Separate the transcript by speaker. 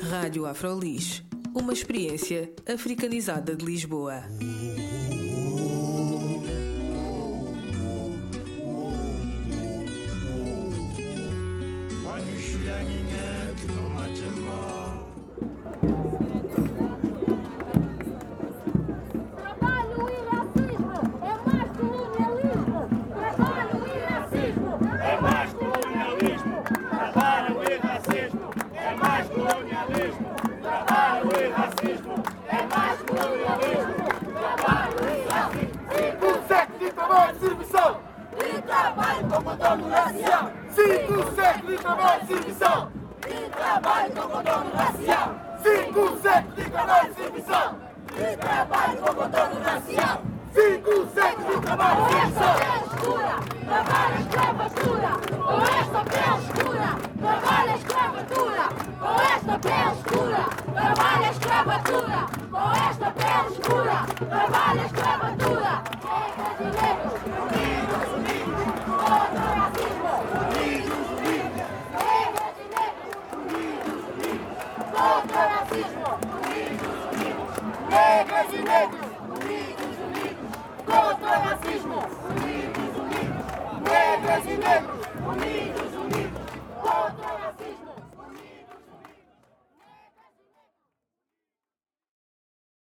Speaker 1: Rádio Afrolis, uma experiência africanizada de Lisboa.
Speaker 2: Trabalho e racismo é mais colonialismo. Trabalho e racismo é mais colonialismo.
Speaker 3: Trabalho e racismo é mais colonialismo. Trabalho e racismo é mais colonialismo. Trabalho e racismo. Cinco séculos de trabalho de servição.
Speaker 2: E trabalho
Speaker 3: Como dominação. Cinco séculos de trabalho
Speaker 2: e trabalho como dono racial.
Speaker 3: de servição. Cinco séculos de trabalho de servição.
Speaker 2: E trabalho como dono racial.
Speaker 3: Cinco séculos de trabalho
Speaker 2: Ou
Speaker 3: de
Speaker 2: é só
Speaker 3: servição.
Speaker 2: pele escura, trabalho escravatura. Ou é só pele escura, trabalho escravatura. Ou esta pele escura, trabalho escravatura. Ou esta pele escura, trabalho escravatura. Ei, brasileiros, unidos, unidos, contra o racismo. Unidos, unidos. Ei, brasileiros, unidos, unidos, contra o racismo. Unidos, unidos. Ei, brasileiros, unidos, unidos, contra o racismo. Unidos, unidos. Negras e negros, unidos,